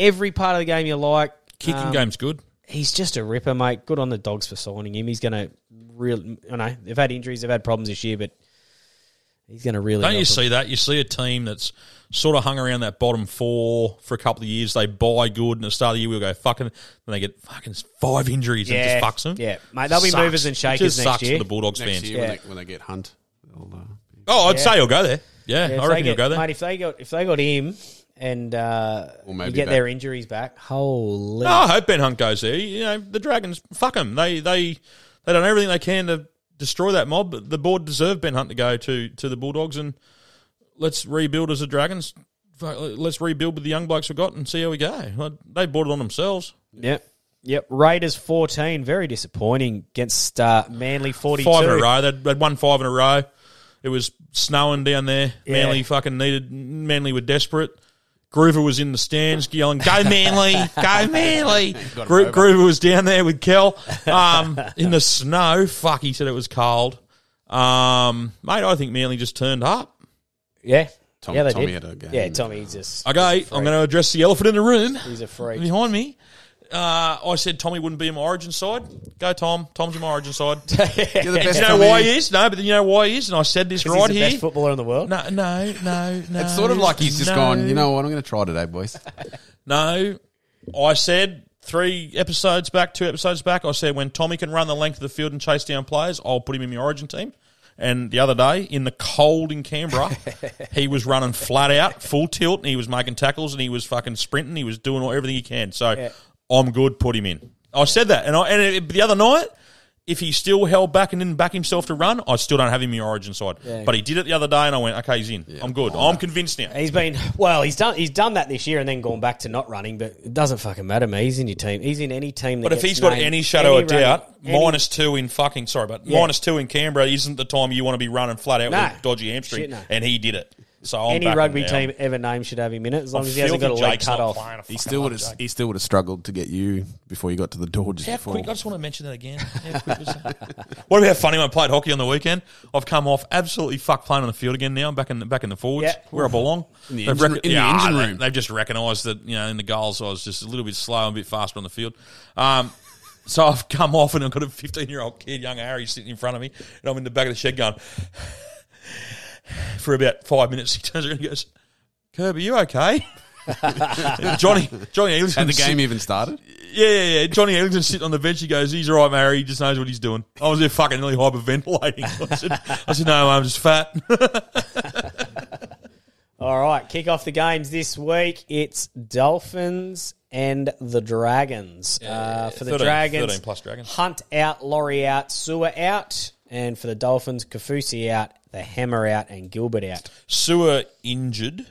every part of the game you like. Um, Kicking game's good. He's just a ripper, mate. Good on the dogs for signing him. He's going to really, I know they've had injuries, they've had problems this year, but he's going to really. Don't you help them. see that? You see a team that's sort of hung around that bottom four for a couple of years. They buy good, and at the start of the year we'll go fucking. Then they get fucking five injuries Yeah. and it just fucks them. Yeah. Mate, they'll be Sucks. movers and It shakers just next sucks year. for the Bulldogs Next fans. year when, they, when they get Hunt. they'll, uh, be- Oh, I'd Yeah. say he'll go there. if Yeah, I they reckon get, he'll go there. Mate, if they got if they got him and uh, Or maybe you get back. their injuries back, holy! No, Oh, I hope Ben Hunt goes there. You know, the Dragons, fuck them. They they they done everything they can to destroy that mob. But the board deserve Ben Hunt to go to to the Bulldogs and let's rebuild as the Dragons. Fuck, Let's rebuild with the young blokes we got and see how we go. Like, They bought it on themselves. Yep. Yep. Raiders 14. Very disappointing against uh, Manly 42. Five in a row. They'd, they'd won five in a row. It was snowing down there. Yeah. Manly fucking needed. Manly were desperate. Groover was in the stands yelling, "Go Manly, go Manly!" Got him Gro- over. Groover was down there with Kel um, in the snow. Fuck, he said it was cold. Um, mate, I think Manly just turned up. Yeah, Tom- yeah, they Tommy did. had a game. uh, Yeah, Tommy just. Okay, I'm going to address the elephant in the room. He's a freak. behind me. Uh, I said Tommy wouldn't be in my origin side. Go Tom. Tom's in my origin side. You're the Do best you know Tommy. why he is? No, but you know why he is, and I said this 'Cause he's right the here. best footballer in the world. No, no, no, no. It's sort of like he's just no. gone, you know what, I'm going to try today, boys. No, I said three episodes back, two episodes back. I said when Tommy can run the length of the field and chase down players, I'll put him in my Origin team. And the other day in the cold in Canberra, he was running flat out, full tilt, and he was making tackles and he was fucking sprinting. He was doing all, everything he can. So Yeah. I'm good. Put him in. I said that, and I, and it, the other night. If he still held back and didn't back himself to run, I still don't have him in your origin side. Yeah. But he did it the other day, and I went, okay, he's in. I'm good. I'm convinced now. He's been well. He's done. He's done that this year, and then gone back to not running. But it doesn't fucking matter, mate. He's in your team. He's in any team. That But if gets he's got named, any shadow any of running- doubt, any- minus two in fucking sorry, but Yeah. minus two in Canberra isn't the time you want to be running flat out No. with a dodgy hamstring, Shit, no. and he did it. So I'm any backing rugby him now. team ever named should have him in it, as long I'm as he hasn't got a filthy leg Jake's cut not off. playing a He still would have. He still would have struggled to get you before you got to the door. Just How before. quick- I just want to mention that again. How quick was that? what about how funny when I played hockey on the weekend? I've come off absolutely fuck playing on the field again now. I'm back in the, back in the forwards Yeah. where I belong. In the They've engine- in the engine they- room. They've just recognised that you know in the goals I was just a little bit slow and a bit faster on the field. Um, so I've come off and I've got a 15 year old kid, young Harry, sitting in front of me, and I'm in the back of the shed going for about five minutes. He turns around and goes, "Kirby, you okay?" Johnny, Johnny, Eagleton Had the sit- game even started? yeah, yeah, yeah. Johnny Ellington sitting on the bench. He goes, "He's all right, Mary. He just knows what he's doing." I was there fucking nearly hyperventilating. I said, I said "No, I'm just fat." All right, kick off the games this week. It's Dolphins and the Dragons. uh, for the 13 Dragons, 13 plus Dragons. Hunt out, Laurie out, Sewer out, and for the Dolphins, Kafusi out, the Hammer out, and Gilbert out. Sewer injured,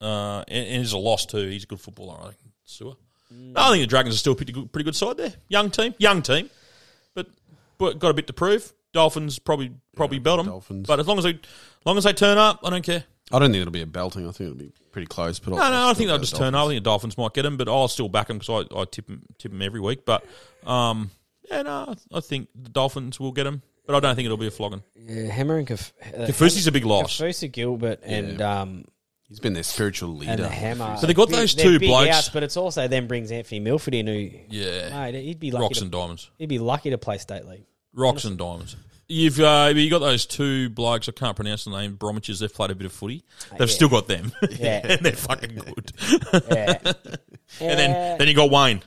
uh, and, and he's a loss too. He's a good footballer, I think. Sewer. No, I think the Dragons are still a pretty good, pretty good side there. Young team, young team, but, but got a bit to prove. Dolphins probably probably belt 'em. but as long as they as long as they turn up, I don't care. I don't think it'll be a belting. I think it'll be pretty close. But No, I'll- no, I'll I still think they'll go just Dolphins. turn. up. I think the Dolphins might get him, but I'll still back him because I, I tip him tip him every week. But um, yeah, no, I think the Dolphins will get him, but I don't think it'll be a flogging. Yeah, Hammer and Kaf- uh, Kafusi's a big loss. Kafusi, Gilbert, and um, he's been their spiritual leader. and the Hammer. But they got They're those big- two they're big blokes. outs, but it's also then brings Anthony Milford in, who Yeah. mate, he'd be lucky Rocks to- and diamonds. He'd be lucky to play state league. Rocks and diamonds. You've uh, you got those two blokes. I can't pronounce the name. Bromwiches. They've played a bit of footy. They've Uh, yeah. still got them. Yeah. and they're fucking good. Yeah. and Yeah. then then you got Wayne.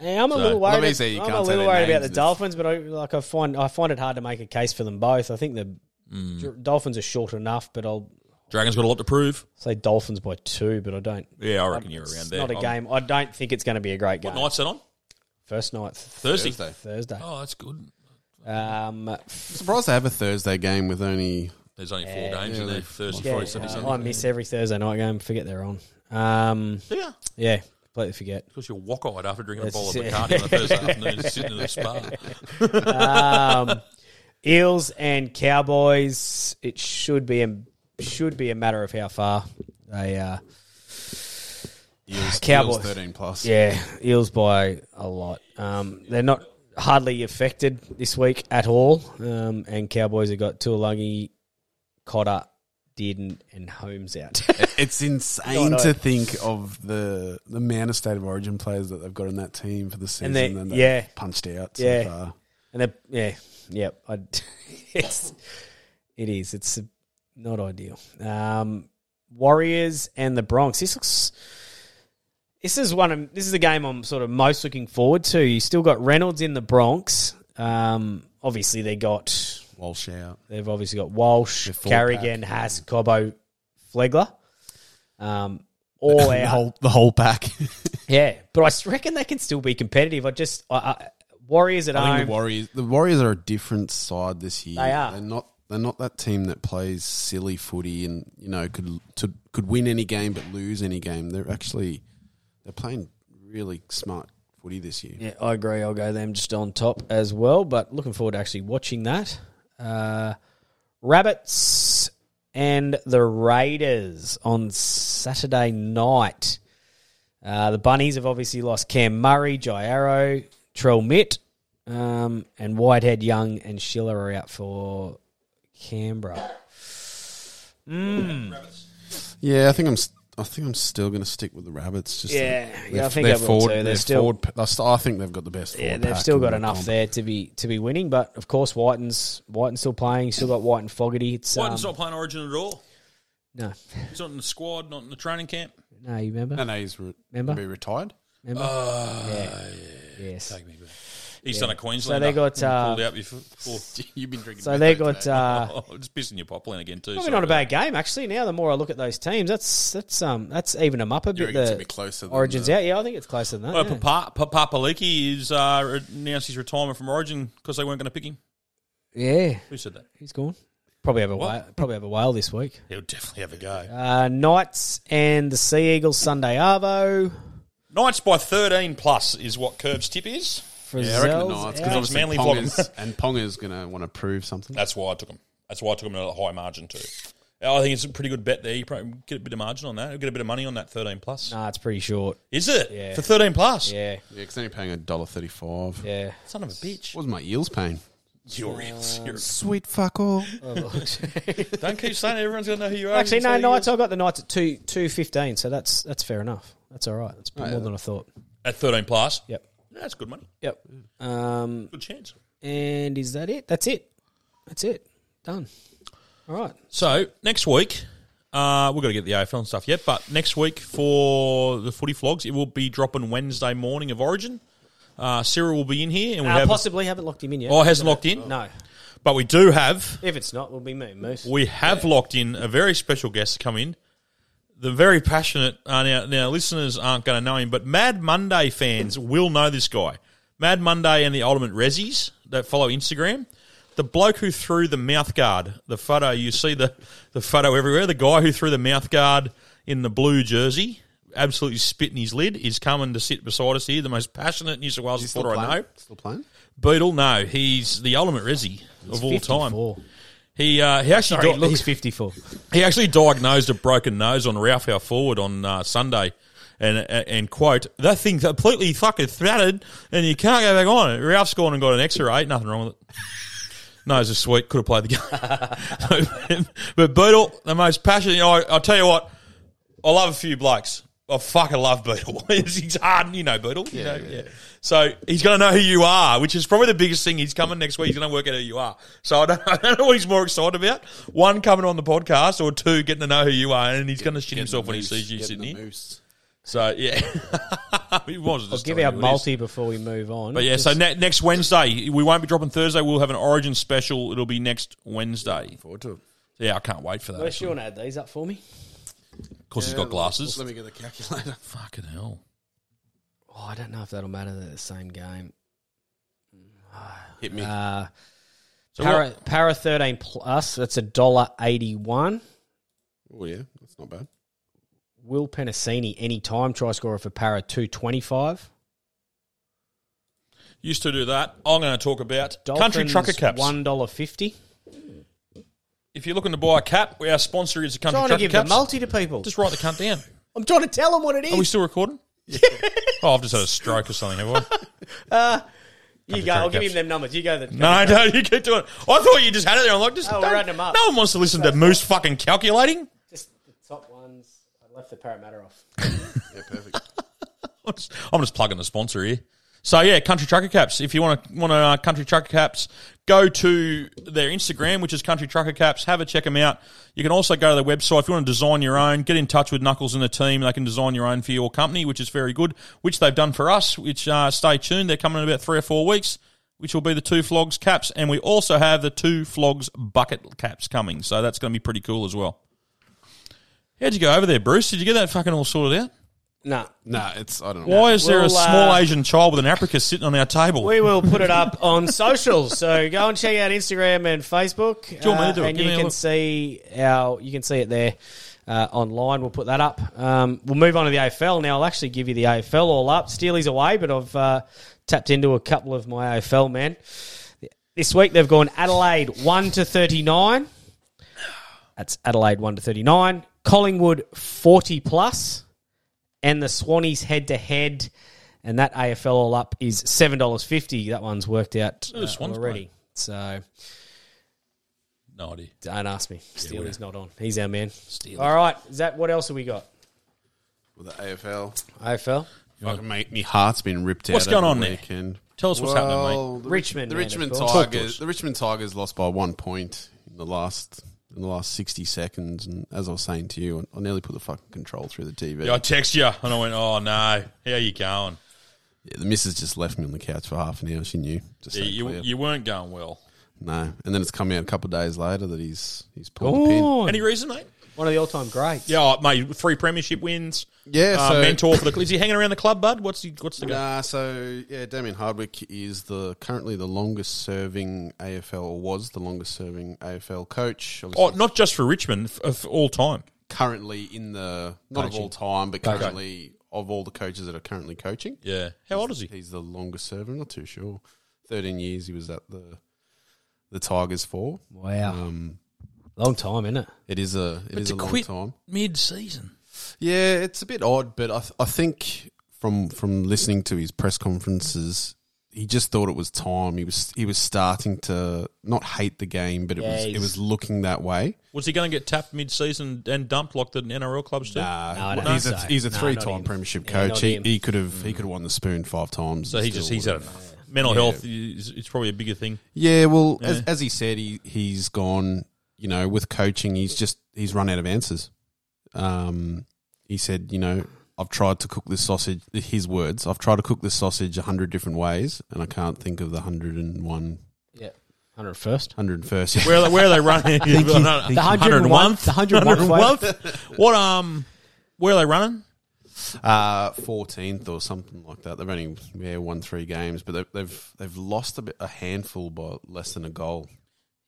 Hey, I'm a So- little Well, worried. that means that you I'm can't a say little their worried about names. the It's- Dolphins, but I, like I find I find it hard to make a case for them both. I think the Mm. Dr- Dolphins are short enough, but I'll Dragons got a lot to prove. say Dolphins by two, but I don't. Yeah, I reckon you're it's around there. Not a I'm- game. I don't think it's going to be a great game. What night's that on? First night Thursday. Thursday. Oh, that's good. Oh. Um, Surprised they have a Thursday game with only. There's only four games in there. Thursday, Yeah, Friday, Saturday, uh, Sunday. I miss every Thursday night game. Forget they're on. Um, Yeah. yeah, completely forget. Because you're walk eyed after drinking a bowl of That's- Bacardi on a Thursday afternoon, sitting in a spa. um, Eels and Cowboys. It should be a should be a matter of how far they. Uh, Eels, Cowboys Eels 13 plus. Yeah, Eels by a lot. Um, they're not hardly affected this week at all. Um, and Cowboys have got Tuolungi, Cotter, Dearden, and Holmes out. It's No, insane no. to think of the the amount of state of origin players that they've got in that team for the season. and And they, they've yeah, punched out. yeah, So far. and they, yeah, yep. I, it's, it is. It's not ideal. Um, Warriors and the Bronx. This looks. This is one. Of, this is the game I'm sort of most looking forward to. You still got Reynolds in the Bronx. Um, obviously they got Walsh out. They've obviously got Walsh, full Carrigan, pack. Haas, Cobbo, Flegler. Um, all the out. whole the whole pack. Yeah, but I s- reckon they can still be competitive. I just I, I, Warriors at I home. think the Warriors the Warriors are a different side this year. um, They are. They're not they're not that team that plays silly footy and you know could to, could win any game but lose any game. They're actually they're playing really smart footy this year. Yeah, I agree. I'll go them just on top as well. But looking forward to actually watching that. Uh, Rabbits and the Raiders on Saturday night. Uh, the Bunnies have obviously lost Cam Murray, Jai Arrow, Trell Mitt, um, and Whitehead Young and Schiller are out for Canberra. Mm. Yeah, I think I'm. s- I think I'm still going to stick with the rabbits. Just Yeah, their- yeah, I think their I will forward, too. They're their still- forward pa- they're still- I think they've got the best. Yeah, forward they've pack still in got the enough comp. there to be to be winning, but of course Whiten's Whiten's still playing. Still got White and Fogarty. It's Whiten's um, not playing Origin at all. no, He's not in the squad, not in the training camp. no, you remember? No, no, he's re- Remember? be retired. Remember? Oh, yeah. Yes. Take me back. He's Yeah. done a So Queenslander. they got, uh, pulled out before. You've been drinking. so they Method got, today. uh, I'm just pissing your poplin again too. Probably sorry not a bad about game actually. Now the more I look at those teams, that's that's um that's even them up a bit. reckon it's The a bit closer than Origins out, yeah, I think it's closer than that. that. Oh, yeah. Papa, Papa Papaliki is uh, announced his retirement from Origin because they weren't going to pick him. Yeah. Who said that? He's gone. Probably have a What? whale, probably have a whale this week. He'll definitely have a go. Uh, Knights and the Sea Eagles Sunday Arvo. Knights by 13 plus is what Curb's tip is. Yeah, I reckon the Knights Because because Manly obviously flogged Ponga's, and Ponga's going to want to prove something. That's why I took him. That's why I took him at a high margin too. I think it's a pretty good bet there. You probably get a bit of margin on that. You'll get a bit of money on that 13 plus. Nah, it's pretty short. Is it? Yeah. For 13 plus? Yeah. Yeah, because then you're paying a dollar thirty-five. Yeah, son of a bitch. What was my eels paying? Your eels. Your Sweet fuck all. Don't keep saying it. everyone's going to know who you are. Actually, no, It's all Knights. I got the Knights at two two fifteen, so that's that's fair enough. That's all right. That's a bit Right. more than I thought. At 13 plus? Yep. Yeah, that's good money. Yep. Um, Good chance. And is that it? That's it. That's it. Done. All right. So next week, uh, we've got to get the AFL and stuff yet, but next week for the footy flogs, it will be dropping Wednesday morning of Origin. Uh, Cyril will be in here, and we Uh, have possibly haven't locked him in yet. Oh, hasn't locked in? No. but we do have If it's not, we'll be me, Moose. we have locked in a very special guest to come in. The very passionate uh, now, now listeners aren't going to know him, but Mad Monday fans will know this guy. Mad Monday and the Ultimate Rezzies that follow Instagram. The bloke who threw the mouth guard, the photo, you see the, the photo everywhere. The guy who threw the mouth guard in the blue jersey, absolutely spitting his lid, is coming to sit beside us here. The most passionate New South Wales Is he still supporter I playing? know. Still playing? Beetle, no, he's the ultimate Rezzy He's of all time. 54. He uh, he actually Sorry, di- he looks 54. He actually diagnosed a broken nose on Ralph our forward on uh, Sunday, and uh, and quote that thing's completely fucking threaded, and you can't go back on it. Ralph's gone and got an X-ray. Nothing wrong with it. Nose is sweet. Could have played the game, but Beetle, the most passionate. You know, I, I'll tell you what. I love a few blokes. I fucking love Beetle. he's he's hard, you know, Beetle. you know, yeah. So he's going to know who you are, which is probably the biggest thing. He's coming next week. He's going to work out who you are. So I don't, I don't know what he's more excited about. One, coming on the podcast, or two, getting to know who you are. And he's going to shit himself when he sees you sitting here. So, yeah. he was just I'll give telling our you what it is. multi before we move on. But yeah, so ne- next Wednesday, we won't be dropping Thursday. We'll have an Origin special. It'll be next Wednesday. forward to it. Yeah, I can't wait for that. Moose, you want to add these up for me? Of course, he's Yeah, got glasses. Let me get the calculator. Fucking hell. Oh, I don't know if that'll matter. They're the same game. Hit me. Uh, So para, para 13 plus, that's a dollar 81. Oh yeah, that's not bad. Will Penasini, any time try scorer for para 225. Used to do that. I'm going to talk about country Dolphins, trucker caps. $1.50. If you're looking to buy a cap, our sponsor is a country Trying to trucker give caps. the multi to people. Just write the cunt down. I'm trying to tell them what it is. Are we still recording? oh, I've just had a stroke or something. Have I? Uh, you Country go. I'll Trucker give him Caps. them numbers. You go. The no, no, you keep doing. it. I thought you just had it there. I'm like, just Oh, we're don't- adding 'em up. No one wants to listen to Moose fucking calculating. Just the top ones. I left the Parramatta off. Yeah, perfect. I'm just, I'm just plugging the sponsor here. So yeah, Country Trucker Caps. If you want to want to uh, Country Trucker Caps, go to their Instagram, which is Country Trucker Caps. Have a check them out. You can also go to their website if you want to design your own. Get in touch with Knuckles and the team. They can design your own for your company, which is very good. Which they've done for us. Which uh, stay tuned. They're coming in about three or four weeks. Which will be the two flogs caps, and we also have the two flogs bucket caps coming. So that's going to be pretty cool as well. How'd you go over there, Bruce? Did you get that fucking all sorted out? No. Nah, it's I don't know. Why is there a We'll, uh, small Asian child with an apricot sitting on our table? We will put it up on social, so go and check out Instagram and Facebook. uh, Do you want me to do it? And Give you me a can look. see our, you can see it there uh, online. We'll put that up. Um, we'll move on to the AFL now. I'll actually give you the AFL all up. Steely's away, but I've uh, tapped into a couple of my AFL men this week. They've gone Adelaide one to thirty nine. That's Adelaide one to thirty nine. Collingwood forty plus, and the Swannies head to head. And that AFL all up is seven dollars fifty. That one's worked out Who are the uh, Swans already. So No idea. don't ask me. Steely's not on. He's our man. Steely. All right, Zach. What else have we got? With the AFL. AFL. Fucking mate, my heart's been ripped out. What's going over on the there? weekend. Tell us what's happening, mate. the Richmond, The man, Richmond of course. Talk to Tigers. The Richmond Tigers lost by one point in the last in the last sixty seconds. And as I was saying to you, I nearly put the fucking control through the TV. Yeah, I text you and I went, "Oh no, how you going?" Yeah, the missus just left me on the couch for half an hour. She knew. Just Yeah, so you, clear. you weren't going well. no, and then it's come out a couple of days later that he's he's pulled the pin. Oh, Any reason, mate? One of the all-time greats. Yeah, oh, mate, three premiership wins. Yeah, uh, so- mentor for the. Is he hanging around the club, bud? What's he? What's the? Nah, so yeah, Damien Hardwick is the currently the longest serving AFL or was the longest serving AFL coach. Oh, not just for Richmond, f- of all time. currently in the not Coaching. of all time, but Coaching. currently of all the coaches that are currently coaching. Yeah. How old is he? He's the longest serving. I'm not too sure. Thirteen years he was at the the Tigers for. Wow. Um, long time, isn't it? It is a it is a long time. mid-season. Yeah, it's a bit odd, but I, th- I think from from listening to his press conferences, he just thought it was time. He was he was starting to not hate the game, but it Yeah, was it he's- was looking that way. Was he going to get tapped mid-season and dumped like the NRL clubs do? Well, he's a he's a three time premiership coach. he he could have he could have won the spoon five times. Mm. So and he just still he's had would've- enough. Mental Yeah. health is it's probably a bigger thing. Yeah, well, Yeah. As, as he said, he he's gone. You know, with coaching, he's just he's run out of answers. Um, he said, you know, I've tried to cook this sausage. His words: I've tried to cook this sausage a hundred different ways, and I can't think of the hundred and one. Yeah. 101st. 101st. Where where are they running? Thank you. Thank you. The hundred and one. The 101st. What um? Where are they running? Uh, 14th or something like that. They've only yeah, won three games, but they've they've, they've lost a, bit, a handful by less than a goal.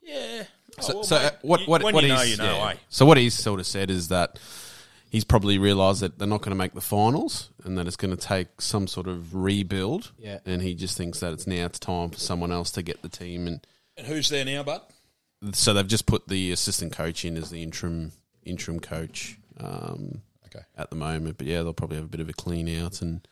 Yeah. So, Oh, well, so mate, uh, what you- what when what you know, he's- you know, yeah. eh? so what he's sort of said is that he's probably realised that they're not going to make the finals and that it's going to take some sort of rebuild. Yeah. and he just thinks that it's now it's time for someone else to get the team, and And who's there now, bud? so they've just put the assistant coach in as the interim interim coach. Um, okay, at the moment, but yeah, they'll probably have a bit of a clean out and.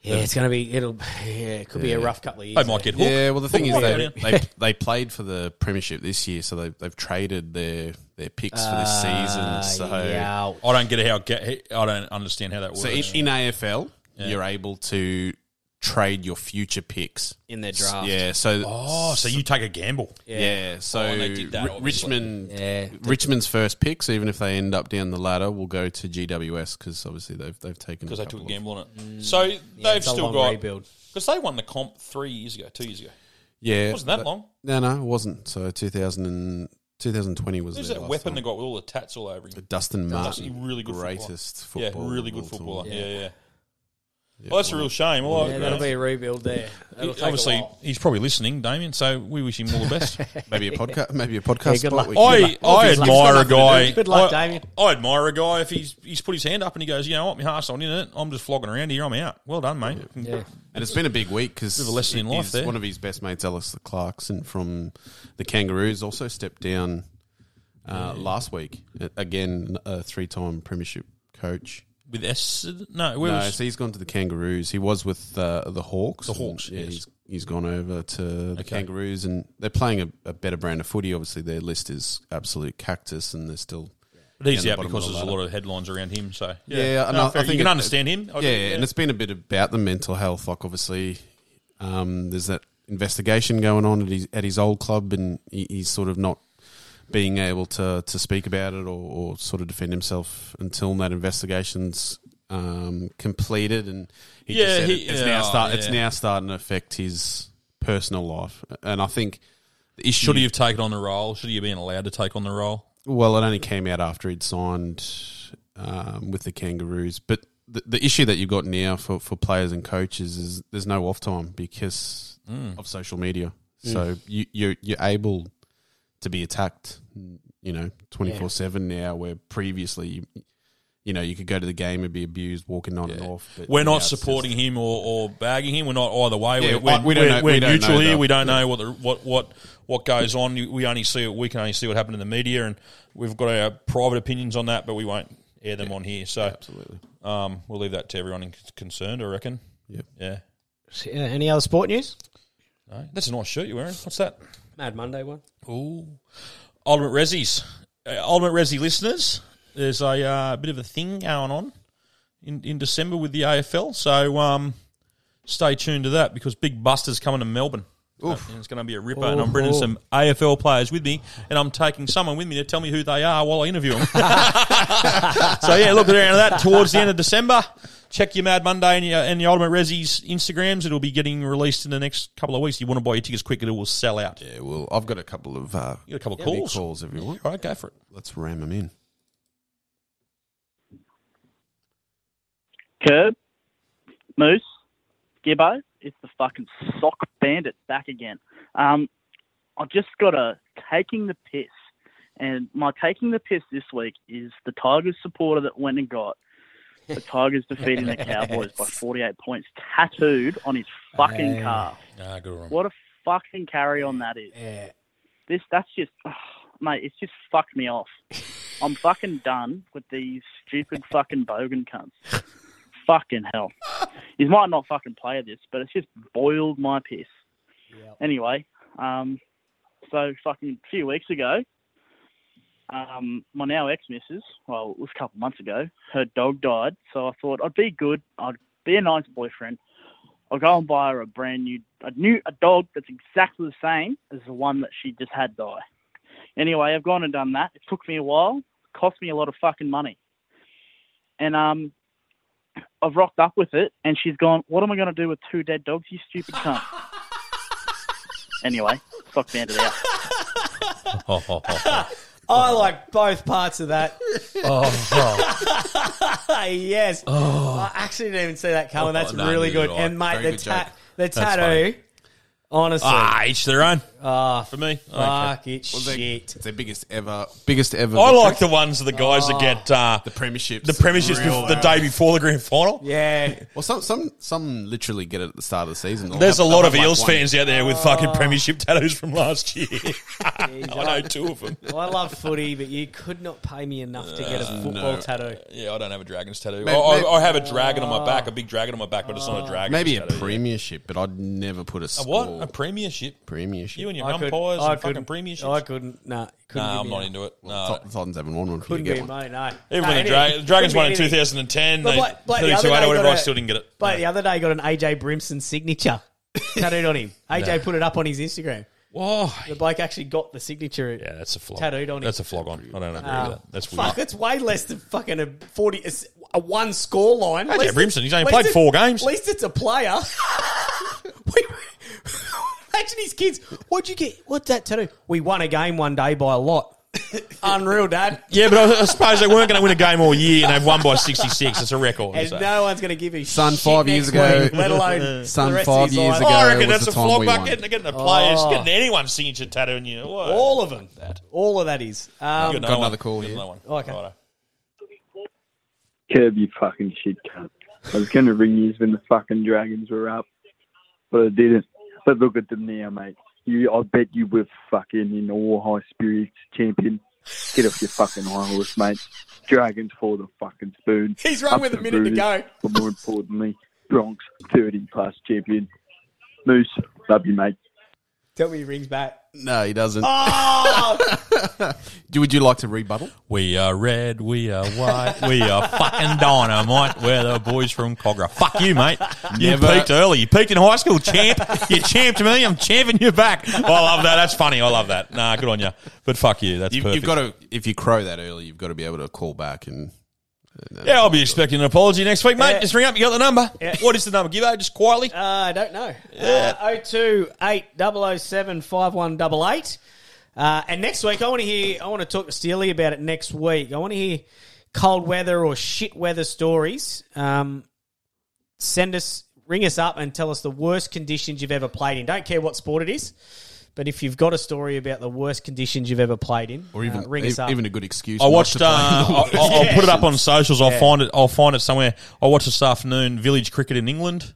Yeah, it's going to be, it'll, yeah, it could be a rough couple of years. there. Yeah, well, the thing is, Hook they, might go they down. they played for the premiership this year, so they they've traded their their picks for this Ah, season. So yeah. I don't get how get. I don't understand how that works. So in, in AFL, you're able to trade your future picks In their draft. Yeah. So Oh, so you take a gamble. Yeah. Yeah. so Oh, and they did that, Ri- obviously. Richmond, Yeah. Richmond's first picks, even if they end up down the ladder, will go to GWS because obviously they've they've taken because they took a couple of- Mm. gamble on it. So they've it's a still long got rebuild. because they won the comp three years ago, two years ago. Yeah, it wasn't that but- long. No, no, it wasn't. So 2000 and, 2020 was Who's their that last weapon time. they got with all the tats all over him? Dustin Martin, Dustin, really good, greatest footballer. footballer Yeah, really of good all time. footballer. Yeah, Yeah. yeah. well, that's a real shame. Well, Yeah, that'll be a rebuild there. That'll take a obviously, while. he's probably listening, Damien. So we wish him all the best. Maybe a podca- maybe a podcast Yeah, good spot luck. we can- I, Good luck. I He's got admire a nothing to guy. do. Good luck, I- Damien. I admire a guy if he's he's put his hand up and he goes, you know what, my heart's not in it. I'm just flogging around here. I'm out. Well done, mate. And it's been a big week because Bit of a lesson in life there. One of his best mates, Alistair Clarkson from the Kangaroos, also stepped down uh, last week. A- Again, a three-time Premiership coach. with S. No, where no, was so he's gone to the Kangaroos. He was with uh, the Hawks. The Hawks, Yeah, yes. he's, he's gone over to the Okay. Kangaroos, and they're playing a, a better brand of footy. Obviously, their list is absolute cactus, and they're still. But he's down the out bottom because of the there's a ladder. lot of headlines around him. So Yeah, and No, I, fair. I think you can it- understand him. I Yeah, do, and it's been a bit about the mental health. Like obviously, um, there's that investigation going on at his at his old club, and he, he's sort of not being able to to speak about it or, or sort of defend himself until that investigation's um, completed. And he just Yeah, said he- it- it's yeah, now oh, start it's yeah. now starting to affect his personal life, and I think the issue Should he have taken on the role? Should he have been allowed to take on the role? well, it only came out after he'd signed um, with the Kangaroos. But the, the issue that you've got now for, for players and coaches is there's no off time because Mm. of social media. Mm. So you, you're, you're able to be attacked, you know, 24 7 now, where previously, you, you know, you could go to the game and be abused walking on and off. But We're now not it's just- supporting him or, or bagging him. We're not either way. Yeah, we're, we're, I- we don't we're- know- we're we don't neutral know here. that. We don't know what the, what what what goes on. We only see it. We can only see what happened in the media, and we've got our private opinions on that, but we won't air them on here. So absolutely, um, we'll leave that to everyone in- concerned. I reckon. Yeah. Yeah. Yeah, uh, Any other sport news? No, that's a nice shirt you're wearing. What's that? Mad Monday one. Ooh. Ultimate Rezzies. Uh, Ultimate Rezzy listeners, there's a uh, bit of a thing going on in, in December with the AFL. So um, stay tuned to that because Big Buster's coming to Melbourne. Oof. And it's going to be a ripper, and I'm Oh, bringing oh. some AFL players with me, and I'm taking someone with me to tell me who they are while I interview them. so yeah, look around to that towards the end of December. Check your Mad Monday and your, and your Ultimate Resi's Instagrams. It'll be getting released in the next couple of weeks. You want to buy your tickets quick, it will sell out. Yeah, well, I've got a couple of uh, you got a couple big of calls. calls, if you want. All right, go for it. Let's ram them in. Curb, Moose, Gibbo, it's the fucking sock bandit back again. Um, I've just got a taking the piss, and my taking the piss this week is the Tigers supporter that went and got the Tigers defeating the Cowboys by 48 points tattooed on his fucking Hey. calf. Ah, good one. What a fucking carry on that is. This that's just oh, mate, it's just fucked me off. I'm fucking done with these stupid fucking bogan cunts. fucking hell. You might not fucking play this, but it's just boiled my piss. Anyway, um so fucking a few weeks ago, um, my now ex missus, well, it was a couple months ago, her dog died, so I thought I'd be good, I'd be a nice boyfriend. I'll go and buy her a brand new a new a dog that's exactly the same as the one that she just had die. Anyway, I've gone and done that. It took me a while, cost me a lot of fucking money. And um I've rocked up with it and she's gone, What am I gonna do with two dead dogs, you stupid cunt? anyway, fuck bandit out. I like both parts of that. oh. yes. I actually didn't even see that coming. That's Oh, no, really neither good. did I. And, mate, Very the, good ta- joke. the That's tattoo, honestly. Ah, each their own. Ah, for me. Fuck it, Well, they- shit. It's their biggest ever, biggest ever. I victory. like the ones of the guys that get uh, the premierships, the premierships Real- the day before the grand final. Yeah. Well, some some some literally get it at the start of the season. They'll There's a have- lot they'll of have, like, Eels one- fans out there with fucking premiership tattoos from last year. I know two of them. I love footy, but you could not pay me enough to get a Uh, football no. tattoo. Yeah, I don't have a dragon's tattoo. Maybe- I, maybe- I, I have a dragon on my back, a big dragon on my back, but it's not Ah. a dragon. Maybe a tattoo. premiership, but I'd never put a A score. what? A premiership? Premiership. You and your I umpires couldn't- and I fucking couldn't- premierships. I couldn't. No, couldn't nah, give I'm me not that. into it. No, Well, the Titans haven't won one. Couldn't Couldn't get be one. mine, no. Even No, when the any- Dra- Dragons couldn't won be in anything. 2010, But they- like- like the other 32-8 or day whatever, got I a- still didn't get it. But the other day, got an AJ Brimson signature tattooed on him. AJ put it up on his Instagram. Whoa! The bloke actually got the signature. Yeah, that's a flog. Tattooed on him. That's a flog on. I don't agree Ah, with that. That's weird. fuck. It's way less than fucking a forty, a, s- a one score line. AJ At least it's- Brimson, he's only at played least it- four games. At least it's a player. We- Imagine his kids. What'd you get? What's that tattoo? We won a game one day by a lot. Unreal, Dad. Yeah, but I, I suppose they weren't going to win a game all year, and they've won by 66. It's a record. And so. no one's going to give a Son shit five years next ago. week, let alone Son the rest five of his years life. ago. I reckon was that's the a time flog we buck. won. Getting, getting the players, Oh. getting anyone's signature tattoo in you. Whoa. All of them. That. All of that is. Um, You Got another call You got here. another one. Okay. Righto. Curb, you fucking shit cunt. I was going to ring you when the fucking dragons were up, but I didn't. But look at them now, mate. You, I bet you were fucking in all high spirits, champion. Get off your fucking high horse, mate. Dragons for the fucking spoon. He's rung Up with a the minute to Roosters, go. But more importantly, Bronx 30 plus champion. Moose, love you, mate. Tell me he rings back. No, he doesn't. Ah. Oh! Do would you like to rebuttal? We are red, we are white, we are fucking dynamite. We're the boys from Cogra. Fuck you, mate. You Never- peaked early. You peaked in high school, champ. You champed me. I'm champing you back. Oh, I love that. That's funny. I love that. Nah, good on you. But fuck you. That's you, perfect. you've got to if you crow that early, you've got to be able to call back and. yeah, I'll be expecting an apology next week, mate. Yeah. Just ring up. You got the number. Yeah. What is the number? Give out just quietly. Uh, I don't know. Yeah. Uh, 028 007 5188. Uh, and next week, I want to hear, I want to talk to Steely about it next week. I want to hear cold weather or shit weather stories. Um, send us, ring us up and tell us the worst conditions you've ever played in. Don't care what sport it is, but if you've got a story about the worst conditions you've ever played in, Or even e-, uh, ring us up. even a good excuse. I not watched. to Uh, play in the I'll, World I'll- I'll put it up on Cup. socials. I'll Yeah. find it. I'll find it somewhere. I watched this afternoon village cricket in England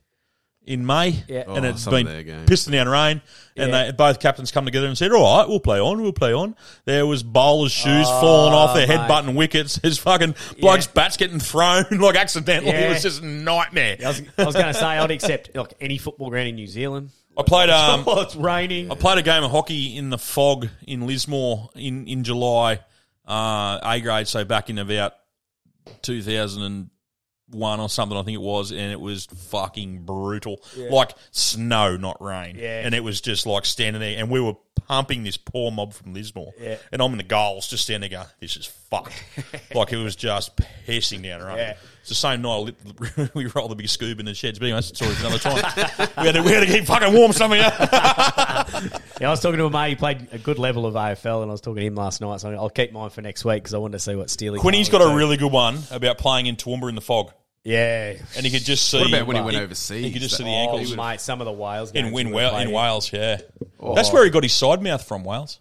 in May, Yeah. and Oh, it's some of been their games. pissing down rain. And Yeah. they, both captains come together and said, "All right, we'll play on. We'll play on." There was bowlers' shoes falling off, their head Oh, mate. button wickets. His fucking bloke's bats getting thrown like accidentally. Yeah. It was just a nightmare. I was, I was going to say I'd accept like any football ground in New Zealand. I played. Um, oh, it's raining. I played a game of hockey in the fog in Lismore in in July, uh, A grade, so back in about two thousand and one or something, I think it was, and it was fucking brutal, like snow, not rain, Yeah. and it was just like standing there, and we were pumping this poor mob from Lismore. Yeah. And I'm in the goals just standing there going, this is fucked. like it was just pissing down, right? Yeah. It's the same night I lit- we rolled the big scuba in the sheds. But anyway, that's a story for another time. we, had to, we had to keep fucking warm somehow. Yeah, I was talking to a mate. He played a good level of AFL, and I was talking to him last night. So I'll keep mine for next week because I wanted to see what Steely. Quinny's got a really good one about playing in Toowoomba in the fog. Yeah. And he could just see. What about when he went overseas? He could just see the Oh, ankles. mate, some of the Wales In, games Win- we were Wa- in playing. Wales, yeah. Oh. That's where he got his side mouth from, Wales.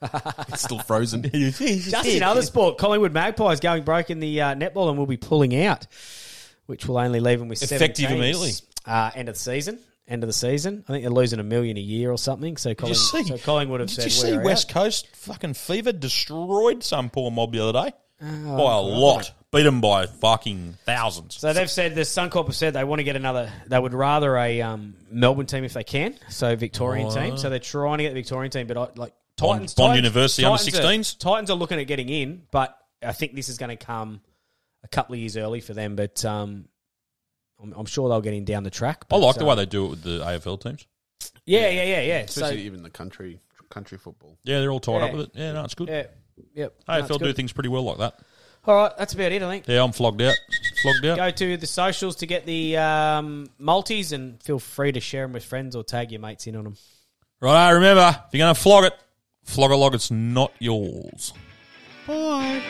it's still frozen. Just in other sport, Collingwood Magpies going broke in the uh, netball and will be pulling out, which will only leave them with seven Effective teams. immediately. Uh, end of the season. End of the season. I think they're losing a million a year or something. So, Did Colling, you see? so Collingwood have Did said, you see "We're West Coast fucking fever destroyed some poor mob the other day Oh, by a right. lot? Beat them by fucking thousands. So they've said the Suncorp have said they want to get another. They would rather a um, Melbourne team if they can. So Victorian Oh. team. So they're trying to get the Victorian team, but I, like Bond- Titans. Bond Titans- University under Titans are- 16s? Titans are looking at getting in, but I think this is going to come a couple of years early for them. But um, I'm, I'm sure they'll get in down the track. I but, like the uh, way they do it with the AFL teams. Yeah, yeah, yeah, yeah. So, Especially even the country country football. Yeah, they're all tied up with it. Yeah, no, it's good. Yeah, yep. No, it's AFL do good. things pretty well like that. All right, that's about it. I think. Yeah, I'm flogged out. Flogged out. Go to the socials to get the um, multis and feel free to share them with friends or tag your mates in on them. Right, I remember, if you're going to flog it, flog it like it's not yours. Bye.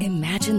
Imagine